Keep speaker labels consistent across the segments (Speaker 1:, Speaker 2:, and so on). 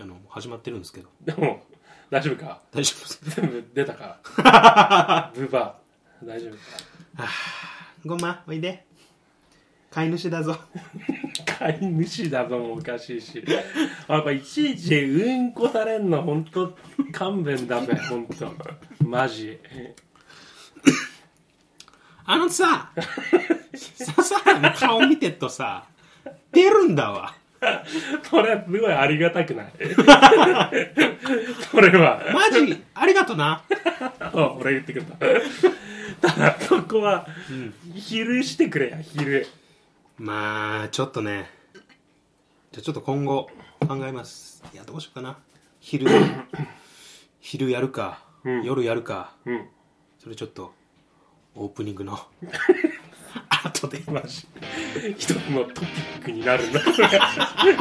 Speaker 1: あの始まってるんですけど
Speaker 2: でも大丈夫か
Speaker 1: 大丈夫です
Speaker 2: 全部出たかブーバー大丈夫
Speaker 1: ごまおいで飼い主だぞ
Speaker 2: か飼い主だぞもおかしいしやっぱいちいちうんこされんの本当勘弁だべ本当マジ
Speaker 1: あのさ笹原の顔見てっとさ出るんだわ
Speaker 2: それはすごいありがたくないそれは
Speaker 1: マジありがとな
Speaker 2: あ俺言ってくれたただそこは、昼してくれや昼
Speaker 1: まあちょっとねじゃあちょっと今後考えますいやどうしようかな昼昼やるか、
Speaker 2: うん
Speaker 1: 夜やるか
Speaker 2: うん
Speaker 1: それちょっとオープニング の後で
Speaker 2: マジ一つのトピックになるんだい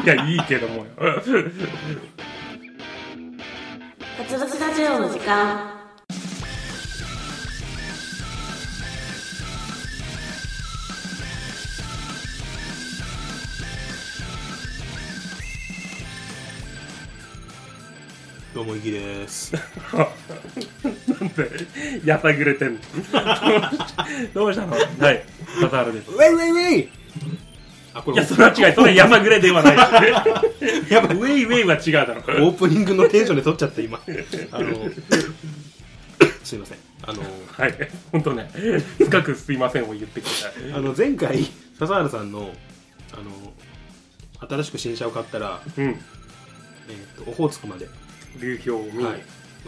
Speaker 2: やいいけどもよ
Speaker 3: ガツガツラジオの時間。
Speaker 1: どうもいきです
Speaker 2: なんでやさぐれて んのどうしたのはい笠原です
Speaker 1: ウェイウェイウェイあこ
Speaker 2: い
Speaker 1: れ
Speaker 2: やそれは違いそれはやさぐれではないし
Speaker 1: やばい
Speaker 2: ウェイウェイは違うだろ
Speaker 1: オープニングのテンションで撮っちゃった今 あのすいませんあの
Speaker 2: はい本当ね深くすいませんを言ってください
Speaker 1: あの前回笹原さんのあの新しく新車を買ったら、
Speaker 2: うん
Speaker 1: えー、とオホーツクまで、は
Speaker 2: 流氷を見に、
Speaker 1: いまあ、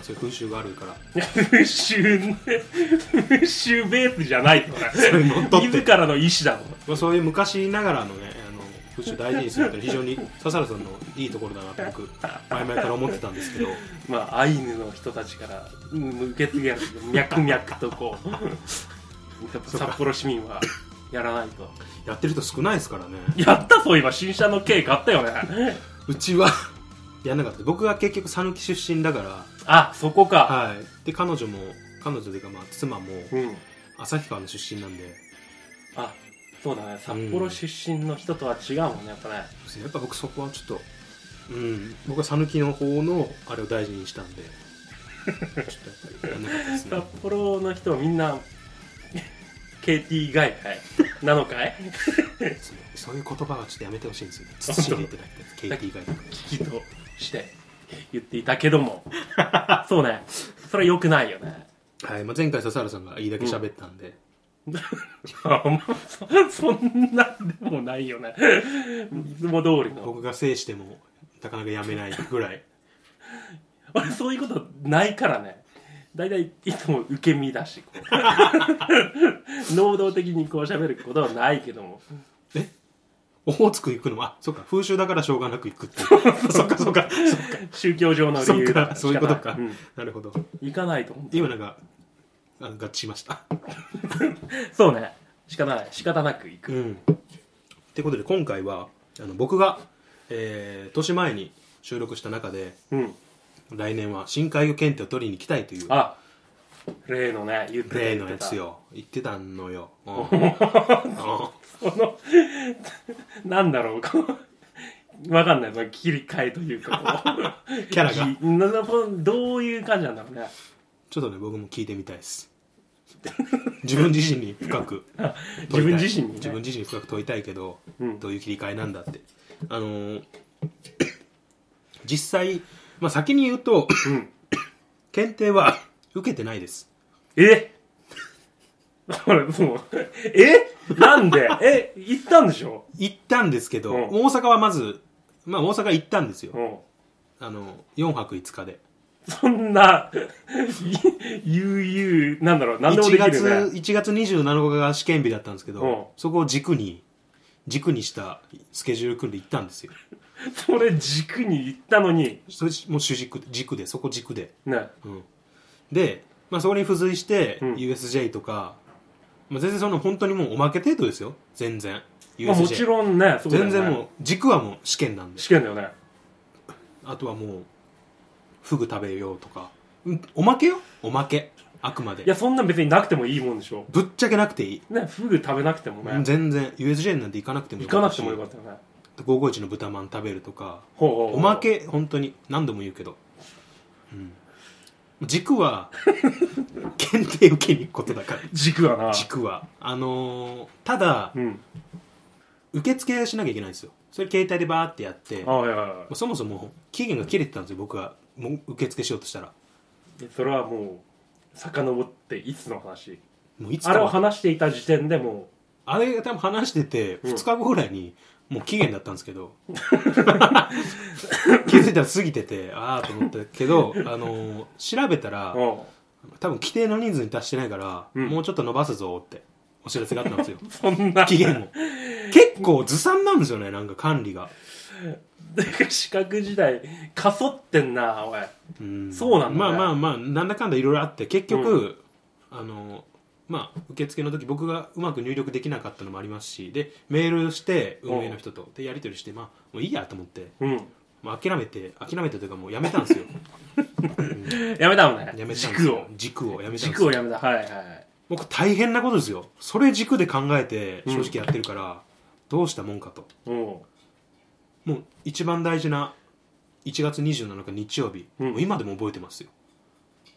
Speaker 1: そういう風習があるから
Speaker 2: いや風習ね風習ベースじゃないと
Speaker 1: れ乗っ取って
Speaker 2: 自らの意思だもん
Speaker 1: まあ、そういう昔ながらのねあの風習大事にするっていうのは非常に笹原さんのいいところだなと僕前々から思ってたんですけど
Speaker 2: まあアイヌの人たちからうん受け継げられて脈々とこうやっぱ札幌市民はやらないと
Speaker 1: やってる人少ないですからね
Speaker 2: やったそういえば新車の経過あったよね
Speaker 1: うちはやんなかった僕が結局讃岐出身だか
Speaker 2: あそこ
Speaker 1: ら、
Speaker 2: か、
Speaker 1: はい、で彼女も彼女というかまあ妻も
Speaker 2: うん
Speaker 1: 旭川の出身なんで
Speaker 2: あそうだね札幌出身の人とは違うもんねやっぱね
Speaker 1: やっぱ僕そこはちょっとうん僕は讃岐の方のあれを大事にしたんでちょっとやっぱりやんなかったですね
Speaker 2: 札幌の人はみんな KT 外かいなの かい
Speaker 1: そうそういう言葉はちょっとやめてほしいん ですよね慎んでいただきたい KT 以外とか
Speaker 2: 危機として言っていたけど もそうねそれは良くないよね
Speaker 1: はい、まあ、前回笹原さんがいいだけ喋ったんで、
Speaker 2: あ まあそそんなんでもないよねいつも通りの
Speaker 1: 僕が制してもなかなかやめないぐらい
Speaker 2: 俺 そういうことないからね大体いつも受け身だしこう 能動的にこう喋ることはないけども
Speaker 1: えオホーツク行くのはあそっか風習だからしょうがなく行くっていう そっかそっか
Speaker 2: 宗教上の
Speaker 1: そ
Speaker 2: 理
Speaker 1: っ
Speaker 2: 由
Speaker 1: か そういうこと
Speaker 2: 仕
Speaker 1: か、
Speaker 2: 方ないうん
Speaker 1: なるほど
Speaker 2: 行かないと思う
Speaker 1: 今なんかあの合致しました
Speaker 2: そうね仕方ない仕方なく行
Speaker 1: う
Speaker 2: く
Speaker 1: ん。ってことで今回はあの僕が、えー年前に収録した中で
Speaker 2: うん
Speaker 1: 来年は深海魚検定を取りに行きたいという
Speaker 2: あ例のね言ってた
Speaker 1: 例
Speaker 2: 言
Speaker 1: の
Speaker 2: って
Speaker 1: や
Speaker 2: た
Speaker 1: つよ言ってたのよ、 うんう
Speaker 2: このなんだろうこうわかんないその切り替えというかこう
Speaker 1: キャラ が
Speaker 2: ぎななこのどういう感じなんだろうね
Speaker 1: んちょっとね僕も聞いてみたいです自分自身に深く
Speaker 2: 自分自身に、ね、
Speaker 1: 自分自身に深く問いたいけど、
Speaker 2: うん
Speaker 1: どういう切り替えなんだってあのー実際、まあ、先に言うと
Speaker 2: うん
Speaker 1: 検定は受けてないです
Speaker 2: え 俺もうえなんでえ行ったんでしょ
Speaker 1: 行ったんですけど、
Speaker 2: うん
Speaker 1: 大阪はまず、まあ、大阪行ったんですよ、
Speaker 2: うん
Speaker 1: あの4泊5日で
Speaker 2: そんな 悠々なんだろう何でも
Speaker 1: 1
Speaker 2: でき
Speaker 1: 月
Speaker 2: るね
Speaker 1: 1月27日が試験日だったんですけど、
Speaker 2: うん
Speaker 1: そこを軸に軸にしたスケジュール組んで行ったんですよ
Speaker 2: それ軸に行ったのに
Speaker 1: それもう主軸軸でそこ軸で、
Speaker 2: ね
Speaker 1: うん、で、まあ、そこに付随して、
Speaker 2: うん
Speaker 1: USJ とか、まあ、全然その本当にもうおまけ程度ですよ全然
Speaker 2: まあ、もちろんねそうだよ
Speaker 1: 全
Speaker 2: ね
Speaker 1: 然もう軸はもう試験なんで
Speaker 2: 試験だよね
Speaker 1: あとはもうフグ食べようとか、うんおまけよおまけあくまで
Speaker 2: いやそんなん別になくてもいいもんでしょ
Speaker 1: ぶっちゃけなくていい、
Speaker 2: ねフグ食べなくてもね
Speaker 1: 全然 USJ なんて行かなくても
Speaker 2: 行かなくてもよか
Speaker 1: っ
Speaker 2: ったよね
Speaker 1: た551の豚まん食べるとか
Speaker 2: ほうほうほう
Speaker 1: おまけ本当に何度も言うけど、うん、軸は 検定受けに行くことだから
Speaker 2: 軸はな
Speaker 1: 軸はあのーただ
Speaker 2: うん
Speaker 1: 受付しなきゃいけないんですよそれ携帯でバーってやって
Speaker 2: ああいやいや
Speaker 1: そもそも期限が切れてたんですよ僕がもう受付しようとしたら
Speaker 2: でそれはもう遡っていつの話
Speaker 1: もういつ
Speaker 2: あれ
Speaker 1: か
Speaker 2: を
Speaker 1: は
Speaker 2: 話していた時点でも
Speaker 1: あれが多分話してて
Speaker 2: うん
Speaker 1: 2日後ぐらいにもう期限だったんですけど 気づいたら過ぎててああと思ったけど、あのー調べたら
Speaker 2: ううん
Speaker 1: 多分規定の人数に達してないから、
Speaker 2: うん
Speaker 1: もうちょっと伸ばすぞってお知らせがあったんですよ
Speaker 2: そんな
Speaker 1: 期限を結構ずさんなんですよねなんか管理が
Speaker 2: だから資格時代かそってんなおい
Speaker 1: うん
Speaker 2: そうなんだね
Speaker 1: まあまあまあなんだかんだいろいろあって結局、あのまあ受付の時僕がうまく入力できなかったのもありますしでメールして運営の人とでやり取りしてまあもういいやと思って
Speaker 2: うん
Speaker 1: もう諦めて諦めたというかもうやめたんです よ
Speaker 2: やめたのね
Speaker 1: やめたんですよ
Speaker 2: 軸を
Speaker 1: 軸をやめたんです
Speaker 2: 軸
Speaker 1: よ
Speaker 2: をやめたはいはい
Speaker 1: もうこれ大変なことですよそれ軸で考えて正直やってるから、どうしたもんかと
Speaker 2: うん
Speaker 1: もう一番大事な1月27日日曜日、
Speaker 2: うん
Speaker 1: もう今でも覚えてますよ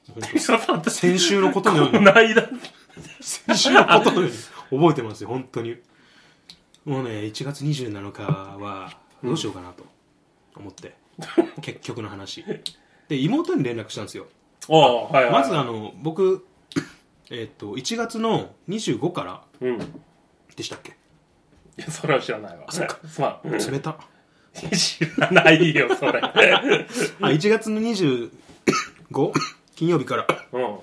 Speaker 1: もう本当
Speaker 2: いやだって
Speaker 1: 先週のことのよう
Speaker 2: こ
Speaker 1: に
Speaker 2: の間
Speaker 1: 先週のことのように覚えてますよ本当にもうね1月27日はどうしようかなと思って、結局の話で妹に連絡したんですよ
Speaker 2: ああはいは い
Speaker 1: まずあの僕えっと1月の25から
Speaker 2: うんい
Speaker 1: でしたっけ
Speaker 2: やそれは知らないわ
Speaker 1: そっか
Speaker 2: すまん
Speaker 1: 冷た
Speaker 2: 知らないよ それ
Speaker 1: あ1月の25金曜日から
Speaker 2: うん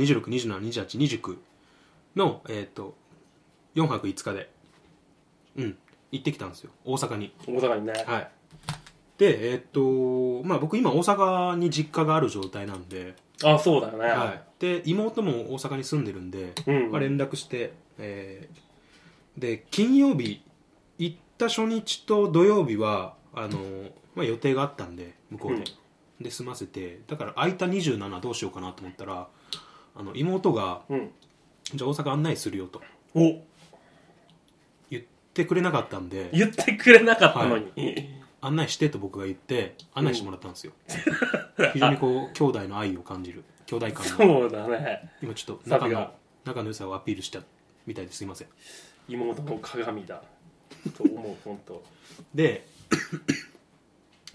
Speaker 1: 2526272829の、えっと4泊5日でうん行ってきたんですよ大阪に
Speaker 2: 大阪にね
Speaker 1: はいでえっ、とまあ僕今大阪に実家がある状態なんで、
Speaker 2: あそうだよね
Speaker 1: はい、で妹も大阪に住んでるんで、
Speaker 2: うん
Speaker 1: まあ、連絡して、えーで金曜日行った初日と土曜日はあの、まあ、予定があったんで向こうで、で済ませてだから空いた27どうしようかなと思ったらあの妹が
Speaker 2: うん
Speaker 1: 「じゃあ大阪案内するよ」と
Speaker 2: お
Speaker 1: 言ってくれなかったんで
Speaker 2: 言ってくれなかったのに
Speaker 1: 案内してと僕が言って案内してもらったんですよ、非常にこう兄弟の愛を感じる兄弟感の
Speaker 2: そうだね
Speaker 1: 今ちょっと
Speaker 2: サ
Speaker 1: 仲
Speaker 2: ビ
Speaker 1: の
Speaker 2: が
Speaker 1: 仲の良さをアピールしたみたいですいません
Speaker 2: 妹の鏡だと思う本当
Speaker 1: で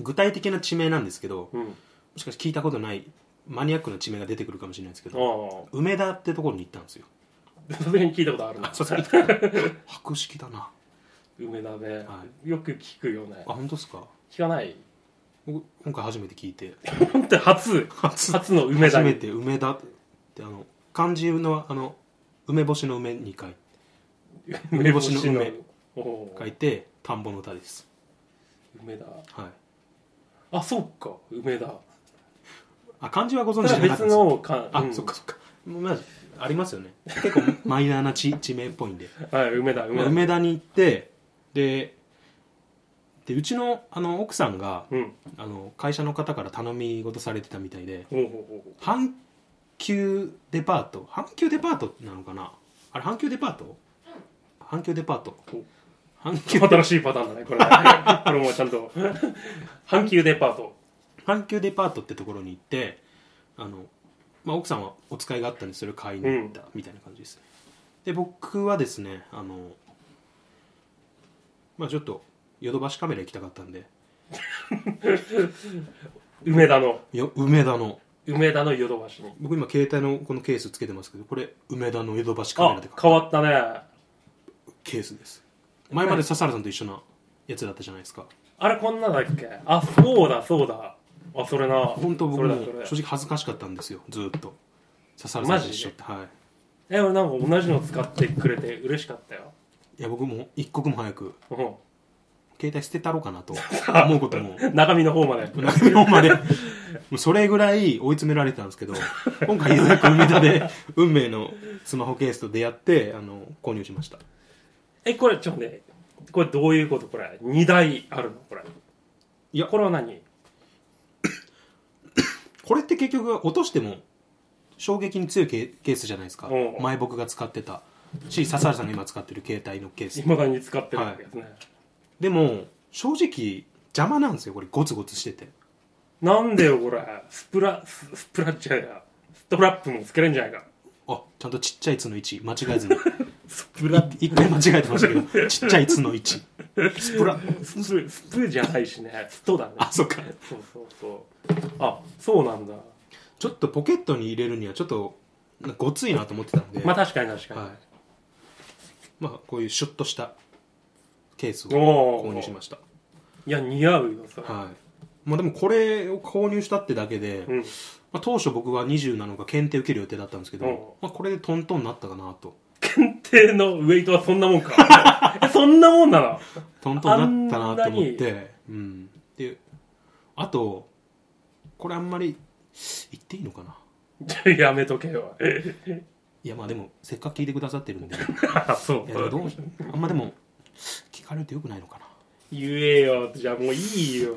Speaker 1: 具体的な地名なんですけど
Speaker 2: うん
Speaker 1: もしかして聞いたことないマニアックな地名が出てくるかもしれないですけど
Speaker 2: あ
Speaker 1: 梅田ってところに行ったんですよ
Speaker 2: あさすがに聞いたことあるな
Speaker 1: さす がに博識だな
Speaker 2: 梅田ね
Speaker 1: は
Speaker 2: よく聞くよね
Speaker 1: あ本当ですか
Speaker 2: 聞かない
Speaker 1: 僕今回初めて聞いて
Speaker 2: 本当初
Speaker 1: 初
Speaker 2: 初の梅田
Speaker 1: 初め
Speaker 2: に
Speaker 1: て梅田ってあの漢字のあの梅干しの梅に書い
Speaker 2: 梅干しの
Speaker 1: 梅
Speaker 2: 梅お
Speaker 1: 書
Speaker 2: ー
Speaker 1: いて田んぼの田です
Speaker 2: 梅田
Speaker 1: はい
Speaker 2: あそっか梅田
Speaker 1: あ漢字はご
Speaker 2: た
Speaker 1: 存知じ
Speaker 2: だ
Speaker 1: ゃなかったん
Speaker 2: 別
Speaker 1: ですか
Speaker 2: のか
Speaker 1: あ、
Speaker 2: うん
Speaker 1: そっかそっかまあありますよね結構マイナーな地地名っぽいんで
Speaker 2: はい梅田
Speaker 1: ま
Speaker 2: 梅
Speaker 1: あ
Speaker 2: 田
Speaker 1: 梅田に行ってででうちのあの奥さんが
Speaker 2: うん
Speaker 1: あの会社の方から頼み事されてたみたいで
Speaker 2: ほうほうほうほう
Speaker 1: 阪急デパート阪急デパートなのかなあれ阪急デパート阪急デパート
Speaker 2: お
Speaker 1: 阪急
Speaker 2: 新しいパターンだねこれね これもちゃんと阪急デパート
Speaker 1: 阪急デパートってところに行ってあの、まあ、奥さんはお使いがあったんでそれを買いに行ったみたいな感じですね、で僕はですねあのまあちょっとヨドバシカメラ行きたかったんで
Speaker 2: 梅田の
Speaker 1: よ梅田の
Speaker 2: 梅田のヨドバシに
Speaker 1: 僕今携帯のこのケースつけてますけどこれ梅田のヨドバシカメラ
Speaker 2: あ
Speaker 1: で買
Speaker 2: 変わったね
Speaker 1: うケースです前まで笹原さんと一緒なやつだったじゃないですか
Speaker 2: あれこんなだっけあそうだそうだあそれな
Speaker 1: 本当
Speaker 2: そ
Speaker 1: 僕
Speaker 2: れ
Speaker 1: も
Speaker 2: だそれだ
Speaker 1: 正直恥ずかしかったんですよずーっと笹原さんと一緒ってはい
Speaker 2: え俺なんか同じの使ってくれて嬉しかったよ
Speaker 1: いや僕も一刻も早く
Speaker 2: う
Speaker 1: 携帯捨てたろうかなと 思うことも
Speaker 2: ん中身の方まで
Speaker 1: 中身の方までもうそれぐらい追い詰められてたんです けど今回ようやく梅田で運命のスマホケースと出会ってあの購入しました
Speaker 2: えこれちょっとねこれどういうことこれ2台あるのこれ
Speaker 1: いや
Speaker 2: これは何
Speaker 1: これって結局落としても衝撃に強いケーケースじゃないですか
Speaker 2: うん
Speaker 1: 前僕が使ってたし笹原さんが今使ってる携帯のケース
Speaker 2: いまだに使ってるわけですね、
Speaker 1: でも正直邪魔なんですよこれゴツゴツしてて
Speaker 2: なんでよこれスプラススプラッチャーやストラップもつけれんじゃないか
Speaker 1: あちゃんとちっちゃい「つ」の位置間違えず に
Speaker 2: スプラ
Speaker 1: 一回間違えてましたけどちっちゃい「つ」の位置スプラ
Speaker 2: スプスプじゃないしねストだね
Speaker 1: あそっか
Speaker 2: そうそうそうあそうなんだ
Speaker 1: ちょっとポケットに入れるにはちょっとなんかごついなと思ってたので
Speaker 2: まあ確かに確かに、
Speaker 1: はいまあこういうシュッとしたケースを
Speaker 2: おー
Speaker 1: 購入しました
Speaker 2: いや似合うよそれ、
Speaker 1: はいまあでもこれを購入したってだけで、
Speaker 2: うん
Speaker 1: まあ、当初僕は20なのか検定受ける予定だったんですけど、
Speaker 2: うん
Speaker 1: まあ、これでトントンになったかなと
Speaker 2: 検定のウェイトはそんなもんか えそんなもんなの
Speaker 1: トントンになったなと思ってうんであとこれあんまり言っていいのかな
Speaker 2: じゃあ やめとけよ
Speaker 1: いやまあでもせっかく聞いてくださってるんでい
Speaker 2: あそう
Speaker 1: やでもどうしあんまでも聞かれるとよくないのかな
Speaker 2: 言えよじゃあもういいよ、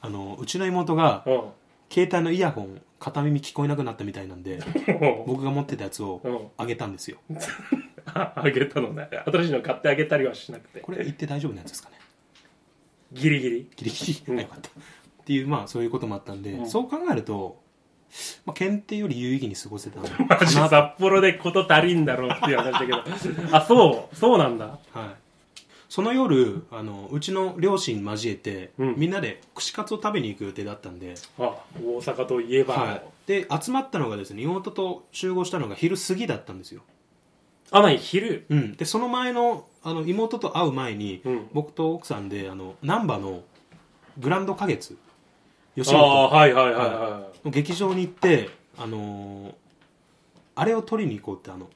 Speaker 1: あのうちの妹が
Speaker 2: うん、
Speaker 1: 携帯のイヤホン片耳聞こえなくなったみたいなんで僕が持ってたやつ
Speaker 2: うん
Speaker 1: をあげたんですよ
Speaker 2: ああげたのね新しいの買ってあげたりはしなくて
Speaker 1: これ言って大丈夫なやつですかね
Speaker 2: ギリギリ
Speaker 1: ギリギ
Speaker 2: うん
Speaker 1: リあよかったっていうまあそういうこともあったんで、
Speaker 2: うん
Speaker 1: そう考えると、まあ、検定より有意義に過ごせたのか
Speaker 2: マジ
Speaker 1: な
Speaker 2: 札幌でこと足りんだろうっていう話だけどあそうそうなんだ
Speaker 1: はい、その夜あのうちの両親交えて、
Speaker 2: うん
Speaker 1: みんなで串カツを食べに行く予定だったんで、
Speaker 2: あ大阪といえば、
Speaker 1: はい、で集まったのがですね妹と集合したのが昼過ぎだったんですよ、
Speaker 2: あまり昼
Speaker 1: うん、でその前のあの妹と会う前に、
Speaker 2: うん
Speaker 1: 僕と奥さんであの難波のグランド花月吉
Speaker 2: ああ
Speaker 1: 本
Speaker 2: はいはいはいは
Speaker 1: の劇場に行って、あのーあれを取りに行こうってあの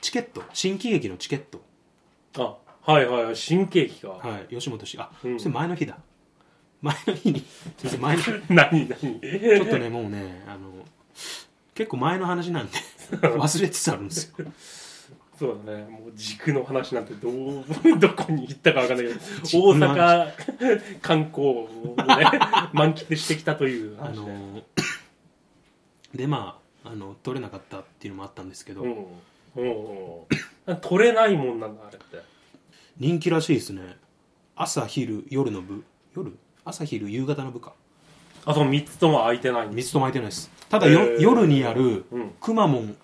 Speaker 1: チケット新喜劇のチケット、
Speaker 2: い、あはいはいはい新喜劇か、
Speaker 1: はい、吉本氏あ、
Speaker 2: うん
Speaker 1: そして前の日だ前の日にすいません前の日 ち
Speaker 2: 何何
Speaker 1: ょっとねもうねあの結構前の話なん で忘れつつあるんですよ
Speaker 2: そうだねもう軸の話なんてどう どこに行ったかわかんないけど大
Speaker 1: 軸の
Speaker 2: 阪観光をね 満喫してきたという
Speaker 1: あ
Speaker 2: 話
Speaker 1: の
Speaker 2: ね、
Speaker 1: ーでまああの取れなかったっていうのもあったんですけど、
Speaker 2: うんうんうん取れないもんなんだあれって
Speaker 1: 人気らしいですね朝昼夜の部夜朝昼夕方の部か
Speaker 2: あそう3つとも空いてないんです
Speaker 1: 水と巻いてないですただよ、
Speaker 2: へー
Speaker 1: 夜にやる
Speaker 2: うん
Speaker 1: くまモン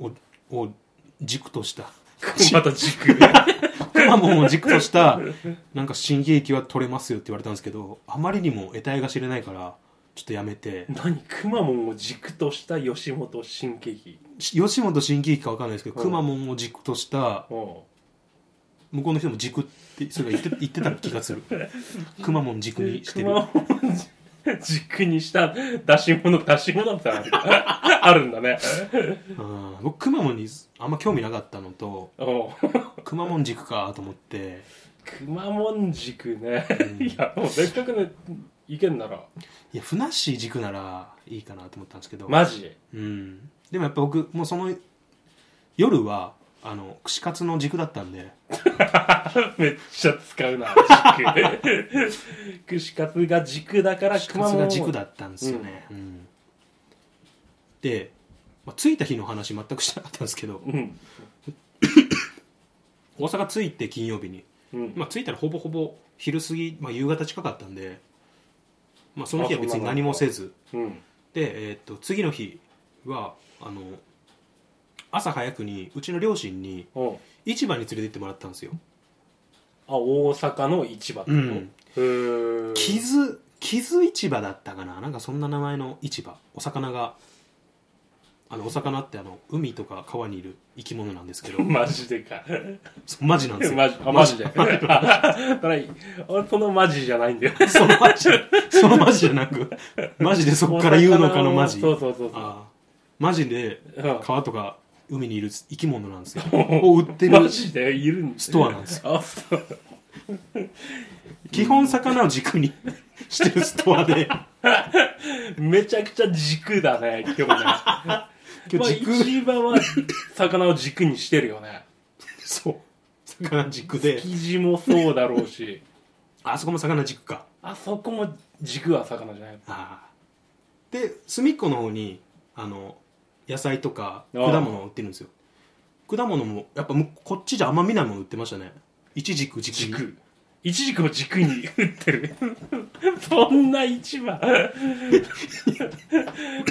Speaker 1: をを軸とした
Speaker 2: また軸
Speaker 1: くまモンを軸と したなんか新喜劇は取れますよって言われたんですけどあまりにも得体が知れないからちょっとやめて
Speaker 2: 何くまモンを軸とした吉本新喜劇
Speaker 1: し吉本新喜劇かわかんないですけど
Speaker 2: うん
Speaker 1: くまモンを軸とした
Speaker 2: うん
Speaker 1: 向こうの人も軸ってそれが言って言ってた気がす るくまモン軸にしてる
Speaker 2: 熊本軸にした出し物出し物ってある あるんだね
Speaker 1: うん僕くまモンにあんま興味なかったのと
Speaker 2: お
Speaker 1: くまモン軸かと思って
Speaker 2: くまモン軸ね、いやもうせっかくねいけんなら
Speaker 1: いやふなっしー軸ならいいかなと思ったんですけど
Speaker 2: マジ
Speaker 1: うんでもやっぱ僕もうその夜はあの串カツの軸だったんで
Speaker 2: めっちゃ使うな 軸串カツが軸だから
Speaker 1: 串
Speaker 2: く
Speaker 1: カ
Speaker 2: ま
Speaker 1: ツ
Speaker 2: モン
Speaker 1: が軸だったんですよね、うんで、まあ、着いた日の話全くしてなかったんですけど
Speaker 2: うん
Speaker 1: 大阪着いて金曜日に、
Speaker 2: うん
Speaker 1: まあ、着いたらほぼほぼ昼過ぎ、まあ、夕方近かったんで、まあ、その日は別に何もせず
Speaker 2: うん
Speaker 1: で、えーっと次の日はあの朝早くにうちの両親に
Speaker 2: おう
Speaker 1: 市場に連れて行ってもらったんですよ
Speaker 2: あ大阪の市場ってこと、
Speaker 1: うん
Speaker 2: へー
Speaker 1: 傷傷市場だったかななんかそんな名前の市場お魚があのお魚ってあの海とか川にいる生き物なんですけ ど
Speaker 2: マジでか
Speaker 1: そうマジなんですよ
Speaker 2: マジあマジであ俺そのマジじゃないんだよ
Speaker 1: そのマジそのマジじゃなくマジでそこから言うのかのマジ
Speaker 2: そうそうそうそう
Speaker 1: あーマジで
Speaker 2: うん
Speaker 1: 川とか海にいる生き物なん ですよを売って
Speaker 2: マ
Speaker 1: る
Speaker 2: ジでいるんだ
Speaker 1: ストアなんです
Speaker 2: あそう
Speaker 1: 基本魚を軸に してるストア で
Speaker 2: めちゃくちゃ軸だね今日ね
Speaker 1: 今日軸
Speaker 2: まあ、市場は魚を軸にしてるよね
Speaker 1: そう魚軸で
Speaker 2: 生地もそうだろうし
Speaker 1: あそこも魚軸か
Speaker 2: あそこも軸は魚じゃない
Speaker 1: ああで隅っこの方にあの野菜とか
Speaker 2: ああ
Speaker 1: 果物を売ってるんですよ果物もやっぱむこっちじゃあんま見ないもの売ってましたねいちじくじき
Speaker 2: 軸一軸を軸に打ってる そんな市場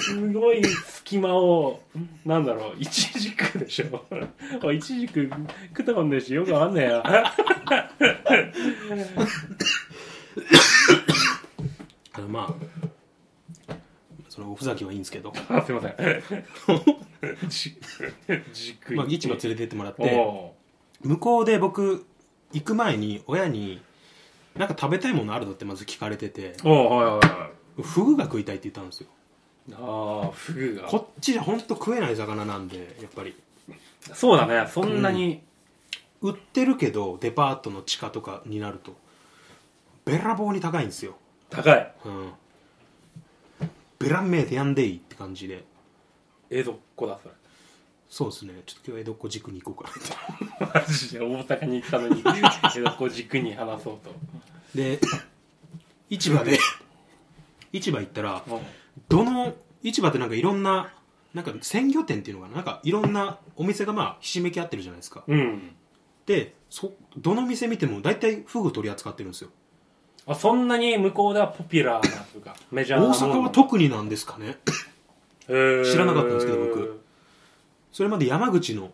Speaker 2: すごい隙間をなんだろう一軸でしょ おい一軸食ったもんでしよく わかんねえや
Speaker 1: あのまあそのおふざけはいいんですけど、
Speaker 2: あすいませ んじ軸
Speaker 1: まあ、市場連れてってもらっ
Speaker 2: お
Speaker 1: て
Speaker 2: う
Speaker 1: 向こうで僕行く前に親になんか食べたいものあるのってまず聞かれてて
Speaker 2: おうはいはいはい
Speaker 1: フグが食いたいって言ったんですよ
Speaker 2: ああフグが
Speaker 1: こっちじゃほんと食えない魚なんでやっぱり
Speaker 2: そうだねそんなに、
Speaker 1: 売ってるけどデパートの地下とかになるとべらぼうに高いんですよ、
Speaker 2: 高い
Speaker 1: うん、べらんめえでやんでいいって感じで
Speaker 2: 江戸っ子だそれ
Speaker 1: そうですねちょっと今日は江戸っ子軸に行こうかなって
Speaker 2: マジで大阪に行ったのに江戸っ子軸に話そうと
Speaker 1: で市場で市場行ったらどの市場ってなんかいろんななんか鮮魚店っていうのかななんかいろんなお店がまあひしめき合ってるじゃないですか
Speaker 2: うん
Speaker 1: でそどの店見ても大体フグ取り扱ってるんですよ
Speaker 2: あそんなに向こうではポピュラーなというかメジャー
Speaker 1: 大
Speaker 2: な
Speaker 1: 阪は特になんですかね
Speaker 2: に
Speaker 1: 知らなかったんですけど僕それまで山口の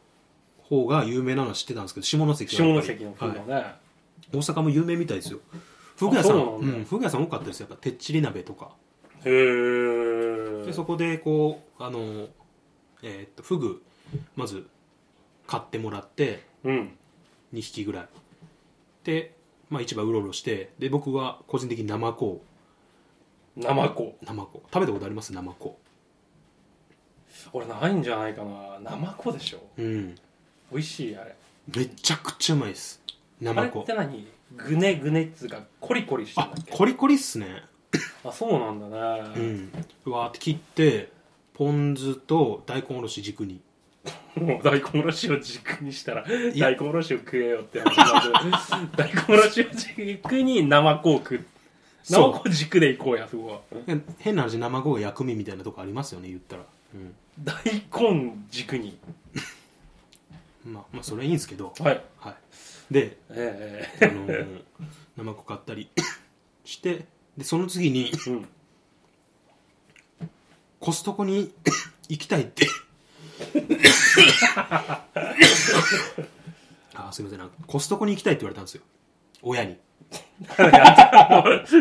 Speaker 1: 方が有名なのは知ってたんですけど下関はやっ
Speaker 2: 下
Speaker 1: ぱり
Speaker 2: 関のフグ
Speaker 1: はい
Speaker 2: ね、
Speaker 1: 大阪も有名みたいですよフグ屋さん
Speaker 2: あ
Speaker 1: う
Speaker 2: そうなんだ
Speaker 1: んフグ屋さん多かったですよやっぱてっちり鍋とか
Speaker 2: へえ
Speaker 1: でそこでこうあのえーっとフグまず買ってもらって
Speaker 2: うん
Speaker 1: 2匹ぐらいで、まあ、市場うろうろしてで僕は個人的にナマコを
Speaker 2: 生子
Speaker 1: ナマコ食べたことありますナマコ
Speaker 2: 俺ないんじゃないかな生子でしょ
Speaker 1: うん
Speaker 2: 美味しいあれ
Speaker 1: めちゃくちゃうまいですナ
Speaker 2: あ
Speaker 1: マ
Speaker 2: れっ
Speaker 1: コ
Speaker 2: て何グネグネっつうかコリコリしてる
Speaker 1: あ
Speaker 2: んだっけ
Speaker 1: コリコリっすね
Speaker 2: あそうなんだ
Speaker 1: う
Speaker 2: ね、
Speaker 1: んうわーって切ってポン酢と大根おろし軸に
Speaker 2: もう大根おろしを軸にしたら
Speaker 1: や
Speaker 2: 大根おろしを食えよって話になる大根おろしを軸に生コーク
Speaker 1: そう
Speaker 2: 生コー軸でいこうやそこは
Speaker 1: え変な話生子が薬味みたいなとこありますよね言ったら、う
Speaker 2: 大根軸に
Speaker 1: ん、まあまあそれはいいんですけど
Speaker 2: はい
Speaker 1: はいで
Speaker 2: え
Speaker 1: あ
Speaker 2: え
Speaker 1: のー生子買ったり してでその次に
Speaker 2: うん
Speaker 1: コストコに 行きたいってあすいませんなんかコストコに行きたいって言われたんですよ親に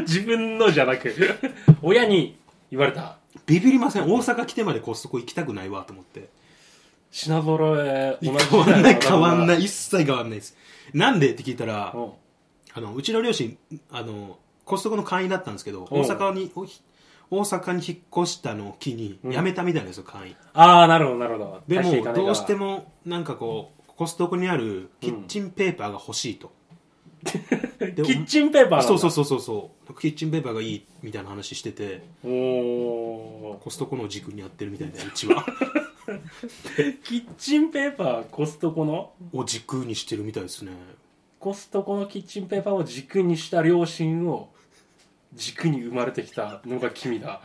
Speaker 2: 自分のじゃなく親に言われた
Speaker 1: ビビりません大阪来てまでコストコ行きたくないわと思って
Speaker 2: 品揃え同
Speaker 1: 変
Speaker 2: じ
Speaker 1: わんない 変わんない
Speaker 2: い
Speaker 1: 一切変わんないですなんでって聞いたら
Speaker 2: うん
Speaker 1: あのうちの両親あのコストコの会員だったんですけど
Speaker 2: うん
Speaker 1: 大阪におひ大阪に引っ越したのを機に
Speaker 2: うん
Speaker 1: 辞めたみたいなんですよ会員
Speaker 2: ああなるほどなるほど
Speaker 1: で
Speaker 2: 大てい
Speaker 1: も
Speaker 2: か
Speaker 1: う
Speaker 2: ないから
Speaker 1: どうしてもなんかこうコストコにあるキッチンペーパーが欲しい と、で
Speaker 2: キッチンペーパーなんだ
Speaker 1: そうそうそうそうそうキッチンペーパーがいいみたいな話してて
Speaker 2: おー
Speaker 1: コストコの軸にやってるみたいなうち は
Speaker 2: キッチンペーパーコストコの
Speaker 1: を軸にしてるみたいですね
Speaker 2: コストコのキッチンペーパーを軸にした両親を軸に生まれてきたのが君だ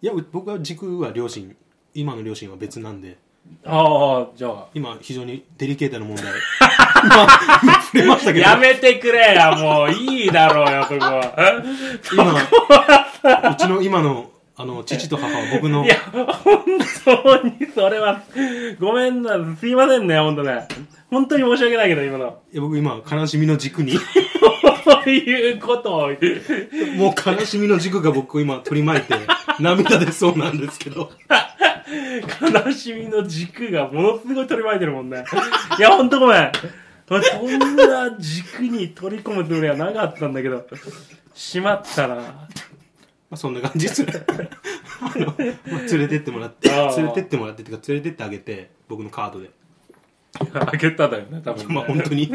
Speaker 1: いやう僕は軸は両親今の両親は別なんで
Speaker 2: ああじゃあ
Speaker 1: 今非常にデリケートな問題まあ触れましたけど
Speaker 2: やめてくれやもういいだろうよそこは
Speaker 1: 今うちの今のあの父と母は僕の
Speaker 2: いや本当にそれはごめんなすいませんね本当ね本当に申し訳ないけど今の
Speaker 1: いや僕今悲しみの軸に
Speaker 2: そういうことを
Speaker 1: もう悲しみの軸が僕を今取り巻いて涙出そうなんですけど
Speaker 2: 悲しみの軸がものすごい取り巻いてるもんね。いや、ほんとごめん。俺そんな軸に取り込むつもりはなかったんだけど、しまったな。
Speaker 1: まあそんな感じですねあの、まあ、連れてってもらって
Speaker 2: あー
Speaker 1: 連れてってもらってっていうか連れてってあげて僕のカードで
Speaker 2: 開けただよね、多分、ね。
Speaker 1: まあ本当に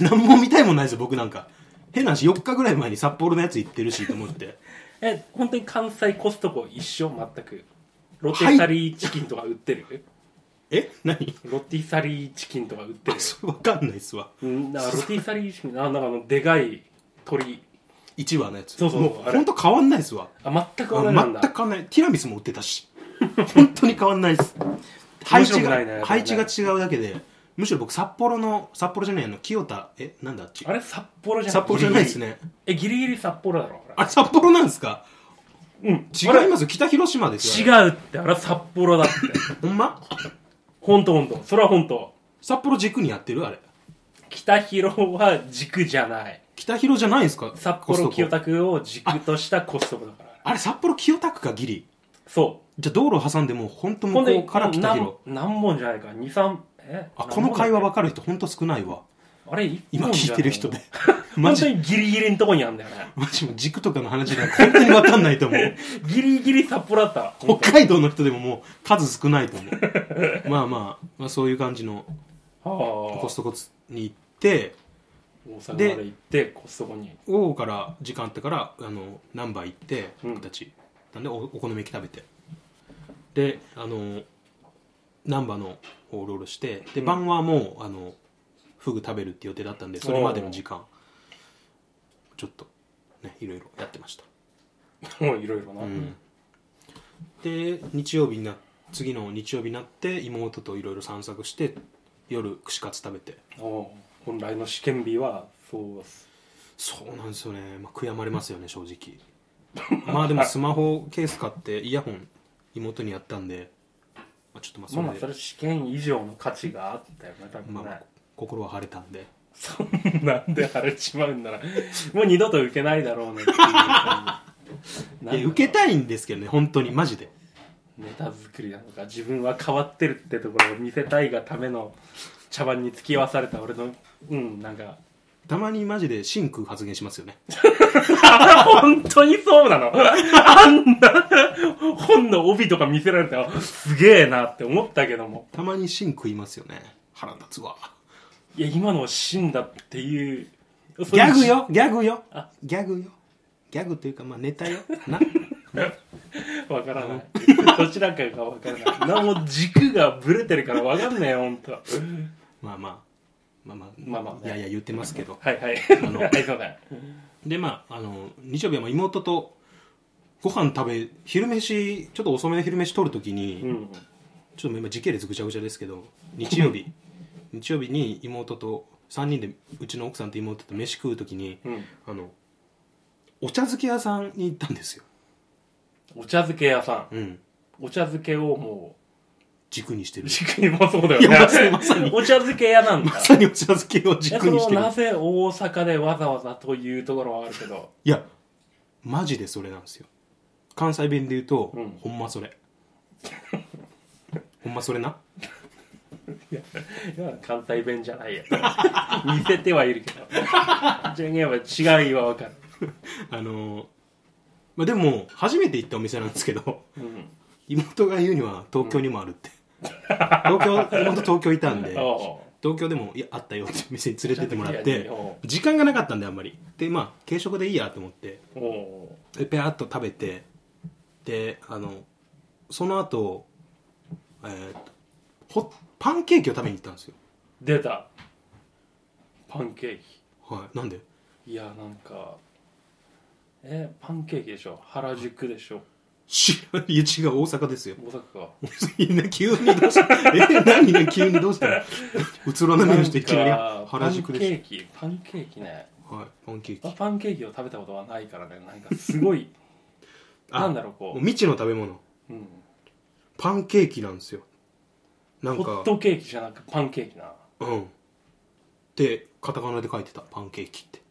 Speaker 1: 何も見たいもんないですよ僕なんか変な話4日ぐらい前に札幌のやつ行ってるしと思って
Speaker 2: え、本当に関西コストコ一緒全く。ロティサリーチキンとか売ってる、
Speaker 1: え何
Speaker 2: ロティサリーチキンとか売ってる
Speaker 1: あそれ分かんないっすわ
Speaker 2: うん、なんかロティサリーチキン、あなんかあの、でかい鳥。
Speaker 1: 1話のやつ
Speaker 2: そうそう
Speaker 1: も
Speaker 2: あ
Speaker 1: う
Speaker 2: れ
Speaker 1: 本当変わんないっすわ
Speaker 2: あ、全く同じなんだ
Speaker 1: 全。く変わんないティラミスも売ってたし本当に変わんないです配置
Speaker 2: 面白く
Speaker 1: が
Speaker 2: ないね
Speaker 1: 配置が違うだけでむしろ僕札幌の札幌じゃないの清田えなんだあっち
Speaker 2: あれ札幌じゃん
Speaker 1: 札幌じゃないですね
Speaker 2: えギリギリ札幌だろこれ
Speaker 1: あれ札幌なんですか
Speaker 2: うん
Speaker 1: 違いますよ北広島ですよ
Speaker 2: 違うってあれは札幌だって
Speaker 1: ほんま
Speaker 2: ほんとほんとそれはほんと
Speaker 1: 札幌軸にやってるあれ
Speaker 2: 北広は軸じゃない
Speaker 1: 北広じゃないんですか
Speaker 2: 札
Speaker 1: コスト
Speaker 2: 幌
Speaker 1: コ
Speaker 2: 清田区を軸としたコストコだから
Speaker 1: あれ札幌清田区かギリ
Speaker 2: そ
Speaker 1: じゃあ道路挟んでもう本当
Speaker 2: う
Speaker 1: 向
Speaker 2: ほん
Speaker 1: こ
Speaker 2: で
Speaker 1: うから北広
Speaker 2: 何何本じゃないか23え
Speaker 1: あこの会話分
Speaker 2: か
Speaker 1: かる人本当少ないわ
Speaker 2: あれ一本じゃ
Speaker 1: 今
Speaker 2: な
Speaker 1: 聞いてる人でマ
Speaker 2: 本当
Speaker 1: ジ
Speaker 2: にギリギリのとこにあんだよね
Speaker 1: マジもう軸とかの話で本当に分かんないと思 う
Speaker 2: ギリギリ札幌だったわほんと
Speaker 1: 北海道の人でももう数少ないと思う まあ、まあ、まあそういう感じの
Speaker 2: はあ
Speaker 1: コストコに行って
Speaker 2: 大阪まで行ってコストコに
Speaker 1: 午後から時間あってからあの難波行って
Speaker 2: うん
Speaker 1: 僕たち、なんでおお好み焼き食べてであの難波の方をロールしてで
Speaker 2: うん
Speaker 1: 晩はもうあのフグ食べるって予定だったんでそれまでの時間ちょっとねいろいろやってました
Speaker 2: もういろいろな、
Speaker 1: うんで日曜日にな次の日曜日になって妹といろいろ散策して夜串カツ食べて
Speaker 2: おう本来の試験日はそうっす
Speaker 1: そうなんですよね、まあ、悔やまれますよね正 直まあでもスマホケース買ってイヤホン妹にやったんで、まあ、ちょっとまあそ
Speaker 2: まあまあ
Speaker 1: れ
Speaker 2: そ
Speaker 1: で、
Speaker 2: れ試験以上の価値があったよね多分
Speaker 1: ま
Speaker 2: ね、
Speaker 1: あ心は晴れたんで
Speaker 2: そんなんで晴れちまうんならもう二度と受けないだろうねっていう感じ
Speaker 1: いや受けたいんですけどね本当にマジで
Speaker 2: ネタ作りなのか自分は変わってるってところを見せたいがための茶番に付き合わされた俺のうんなんか
Speaker 1: たまにマジで真空発言しますよね
Speaker 2: 本当にそうなのあんな本の帯とか見せられたらすげえなって思ったけども
Speaker 1: たまに真空いますよね腹立つわ
Speaker 2: いや今の真だっていうギ
Speaker 1: ギャグよギャグよ
Speaker 2: あ
Speaker 1: ギャグよギャグというかまあネタよな
Speaker 2: わからない。 どちらかがわからない。なんも軸がぶれてるからわかんないよ、ほんと。
Speaker 1: まあまあまあまあ
Speaker 2: まあまあね
Speaker 1: いやいや言ってますけど
Speaker 2: はいはい。
Speaker 1: の
Speaker 2: はい、そうだよ。
Speaker 1: でまああの日曜日はまあ妹とご飯食べ昼飯ちょっと遅めの昼飯取るときに、
Speaker 2: うん。
Speaker 1: ちょっと今時系列ぐちゃぐちゃですけど日曜 日日曜日に妹と3人でうちの奥さんと妹と飯食うときに
Speaker 2: うん。
Speaker 1: あのお茶漬け屋さんに行ったんですよ、
Speaker 2: お茶漬け屋さん。
Speaker 1: うん、
Speaker 2: お茶漬けをも
Speaker 1: 軸にして
Speaker 2: う、
Speaker 1: る
Speaker 2: 軸にもそうだよ
Speaker 1: いやまさに
Speaker 2: ね。
Speaker 1: まさに
Speaker 2: お茶漬け屋なんだ
Speaker 1: ま。さにお茶漬けを
Speaker 2: え
Speaker 1: 軸
Speaker 2: そ
Speaker 1: にし
Speaker 2: の
Speaker 1: てる
Speaker 2: なぜ大阪でわざわざというところはあるけど、
Speaker 1: いやマジでそれなんですよ関西弁で言うと、
Speaker 2: うん
Speaker 1: ほんまそれ ほんまそれない
Speaker 2: や関西弁じゃないよ。 似せてはいるけど。じゃあ、やっぱ違いはわかる。
Speaker 1: あのーまあ、でも初めて行ったお店なんですけど
Speaker 2: うん。
Speaker 1: 妹が言うには東京にもある って、東京妹東京いたんで
Speaker 2: おう
Speaker 1: 東京でもいやあったよって店に連れてってもらっ
Speaker 2: いやい
Speaker 1: て
Speaker 2: やお
Speaker 1: 時間がなかったんであんまりでまあ軽食でいいやと思って
Speaker 2: うおう
Speaker 1: でペアっと食べてであのその後、えーとホパンケーキを食べに行ったんですよ
Speaker 2: 出た。パンケーキ。
Speaker 1: はいなんで
Speaker 2: いやなんかえパンケーキでしょ原宿でしょ
Speaker 1: 知らんいや違う大阪ですよ
Speaker 2: 大阪か
Speaker 1: みんな急にどうした え何が急にどうしたの うつろな目の人いきなり
Speaker 2: なんか
Speaker 1: 原宿です
Speaker 2: パンケーキパンケーキね
Speaker 1: はいパンケーキ
Speaker 2: あパンケーキを食べたことはないからねなんかすご いなんだろうこ
Speaker 1: もう未知の食べ物
Speaker 2: う、うん、
Speaker 1: パンケーキなんですよなん
Speaker 2: ホ
Speaker 1: か
Speaker 2: ットケーキじゃなくパンケーキな
Speaker 1: うんってカタカナで書いてたパンケーキって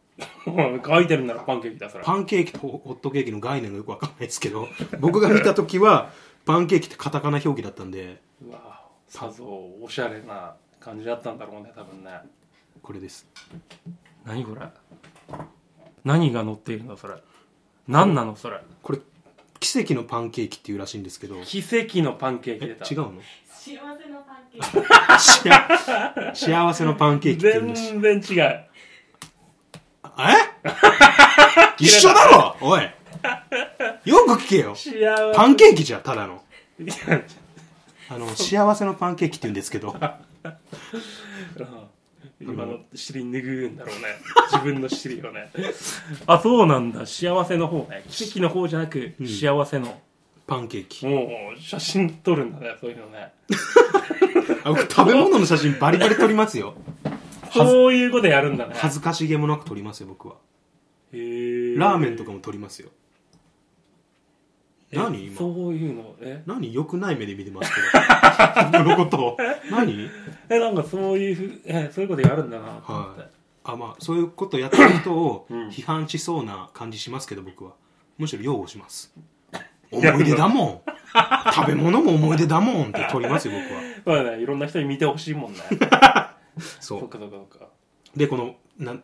Speaker 2: 書いてるならパンケーキだそれ
Speaker 1: パンケーキとホホットケーキの概念がよくわかんないですけど僕が見た時はパンケーキってカタカナ表記だったんで
Speaker 2: うわさぞおしゃれな感じだったんだろうね多分ね
Speaker 1: これです
Speaker 2: 何これ何が乗っているのそれ何なのそれ
Speaker 1: これ奇跡のパンケーキっていうらしいんですけど
Speaker 2: 奇跡のパンケーキ
Speaker 1: え
Speaker 2: 出た
Speaker 1: 違うの
Speaker 3: 幸せのパンケーキ
Speaker 1: しあ幸せのパンケーキって言うんだし
Speaker 2: 全然違う
Speaker 1: え一緒だろおいよく聞けよ
Speaker 2: 幸せ
Speaker 1: パンケーキじゃただの
Speaker 2: いや
Speaker 1: あの幸せのパンケーキって言うんですけど
Speaker 2: 今の尻拭うんだ ろうね自分の尻をねあそうなんだ幸せの方ね奇跡の方じゃなく、幸せの
Speaker 1: パンケーキ
Speaker 2: もう写真撮るんだねそういうのね
Speaker 1: あ僕食べ物の写真バリバリ撮りますよず
Speaker 2: そういうことやるんだね
Speaker 1: 恥ずかしげもなく撮りますよ僕は
Speaker 2: へー
Speaker 1: ラーメンとかも撮りますよ
Speaker 2: え
Speaker 1: 何今
Speaker 2: そういうのえ
Speaker 1: 何良くない目で見てますけど 僕のことを何
Speaker 2: えなんかそういうふえそういうことやるんだなと思って、
Speaker 1: はあまあそういうことやってる人を
Speaker 2: うん
Speaker 1: 批判しそうな感じしますけど僕はむしろ擁護します思
Speaker 2: や
Speaker 1: い出だもん食べ物も思い出だもんって撮りますよ僕は
Speaker 2: まあねいろんな人に見てほしい もんね
Speaker 1: そ
Speaker 2: そう
Speaker 1: う
Speaker 2: かそうかそうか
Speaker 1: でこのなん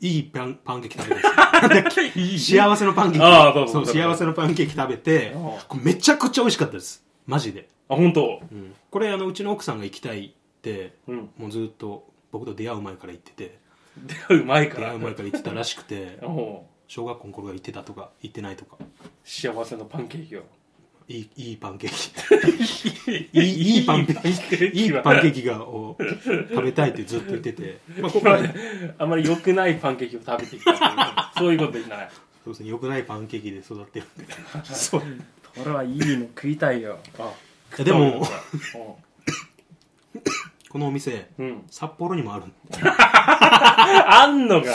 Speaker 1: いいパンパンケーキ食 べてなんだっけ幸せのパンケーキ
Speaker 2: ああそうそうそう
Speaker 1: 幸せのパンケーキ食べて
Speaker 2: ああ
Speaker 1: これめちゃくちゃ美味しかったですマジで、
Speaker 2: あ本当
Speaker 1: うんこれあのうちの奥さんが行きたいって
Speaker 2: うん
Speaker 1: もうずっと僕と出会う前から言ってて
Speaker 2: 出会う前か
Speaker 1: 出
Speaker 2: ら
Speaker 1: 会う前から言ってたらしく て
Speaker 2: おう
Speaker 1: 小学校の頃は行ってたとか行ってないとか
Speaker 2: 幸せのパンケーキを
Speaker 1: いいいいパンケー
Speaker 2: い
Speaker 1: いいいパンケーキキいいパンケー
Speaker 2: キ
Speaker 1: キがを食べたいってずっと言ってて、 まあ、ここはね
Speaker 2: あまり良くないパンケーキを食べてきたっていうそういうこと言いながら
Speaker 1: そうですね良くないパンケーキで育 ってるんでそう
Speaker 2: 俺はいいの食いたいよあ
Speaker 1: いやでも
Speaker 2: お
Speaker 1: このお店
Speaker 2: ううん
Speaker 1: 札幌にもある
Speaker 2: あんのが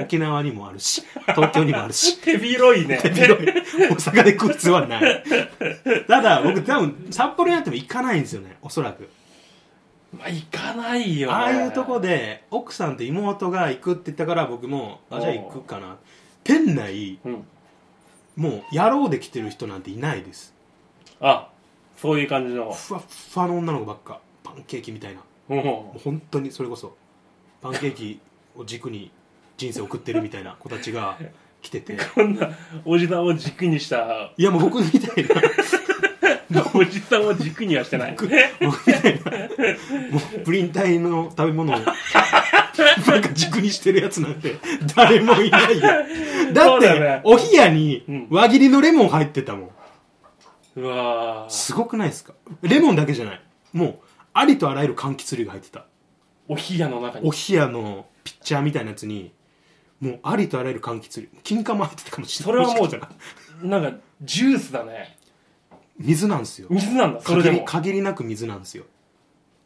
Speaker 1: 沖縄にもあるし東京にもあるし
Speaker 2: 手広いね
Speaker 1: 大阪で食う必要はないただ僕多分札幌になっても行かないんですよねおそらく
Speaker 2: まあ行かないよね
Speaker 1: ああいうとこで奥さんと妹が行くって言ったから僕もあじゃあ行くかな店内
Speaker 2: うん
Speaker 1: もう野郎で来てる人なんていないです
Speaker 2: あそういう感じの
Speaker 1: ふわっふわの女の子ばっかパンケーキみたいなも
Speaker 2: お
Speaker 1: う本当にそれこそパンケーキを軸に人生送ってるみたいな子たちが来てて
Speaker 2: うこんなおじさんを軸にした
Speaker 1: いやもう僕みたいな
Speaker 2: おじさんを軸にはしてない
Speaker 1: 僕みたいな もうプリン体の食べ物をなんか軸にしてるやつなん て誰もいないよだ
Speaker 2: そ
Speaker 1: っ
Speaker 2: う
Speaker 1: て
Speaker 2: だよね
Speaker 1: お冷やに
Speaker 2: ん
Speaker 1: 輪切りのレモン入ってたもん
Speaker 2: うわー
Speaker 1: すごくないですかレモンだけじゃないもうありとあらゆる柑橘類が入ってた
Speaker 2: お冷やの中に
Speaker 1: お冷やのピッチャーみたいなやつにもうありとあらゆる柑橘類金柑も入ってたかもしれない
Speaker 2: それはもう
Speaker 1: しかしたら
Speaker 2: なんかジュースだね
Speaker 1: 水なんですよ
Speaker 2: 水なんだそれ
Speaker 1: 限
Speaker 2: で
Speaker 1: り
Speaker 2: も
Speaker 1: 限りなく水なんですよ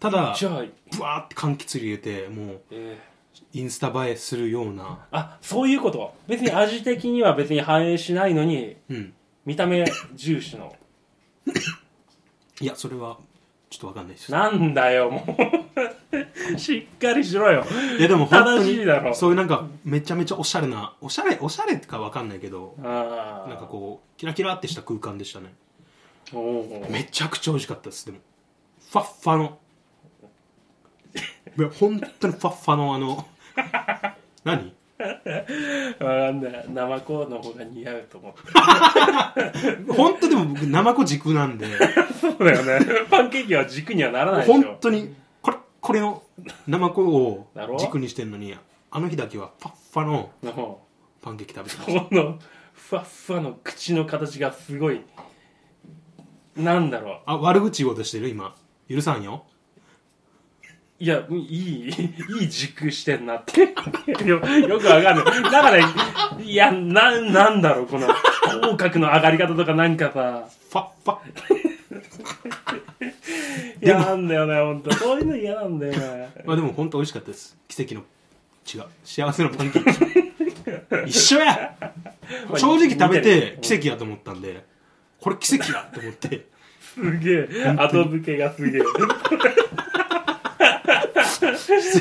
Speaker 1: ただ
Speaker 2: じゃあ、
Speaker 1: ブワーって柑橘類入れてもう
Speaker 2: えー
Speaker 1: インスタ映えするような
Speaker 2: あそういうこと別に味的には別に反映しないのに
Speaker 1: うん
Speaker 2: 見た目重視の
Speaker 1: いやそれはちょっとわかんないです
Speaker 2: なんだよもう しっかりしろよ
Speaker 1: いやでも本当
Speaker 2: 正しいだろ
Speaker 1: にそういうなんかめちゃめちゃおしゃれなおしゃれおしゃれかわかんないけど
Speaker 2: あー
Speaker 1: なんかこうキラキラってした空間でしたね
Speaker 2: おうおう
Speaker 1: めちゃくちゃ美味しかったですでもファッファのいや本当にファッファのあの何
Speaker 2: わかんない生子の方が似合うと思って
Speaker 1: 本当でも僕生子軸なんで
Speaker 2: そうだよねパンケーキは軸にはならないでし
Speaker 1: 本
Speaker 2: ょ
Speaker 1: 当にこれこれを生子を
Speaker 2: だろ
Speaker 1: 軸にしてんのにあの日だけはファッファの
Speaker 2: の
Speaker 1: パンケーキ食べてました
Speaker 2: このふわっふわの口の形がすごいなんだろう
Speaker 1: あ悪口言おうとしてる今許さんよ
Speaker 2: いや、うんいい、いい軸してんなって。よよくわかんない。だから、いや、な、なんだろう、この、口角の上がり方とかなんかさ。
Speaker 1: ファッファ
Speaker 2: 嫌なんだよね、ほんと。そういうの嫌なんだよね。
Speaker 1: まあでも本当美味しかったです奇跡の違う幸せのパンケーキ 一緒や
Speaker 2: まあ
Speaker 1: 正直食べて
Speaker 2: 似
Speaker 1: 奇
Speaker 2: る
Speaker 1: 跡やと思ったんでこれ奇跡だと思 って
Speaker 2: すげえ。後付けが すげえ。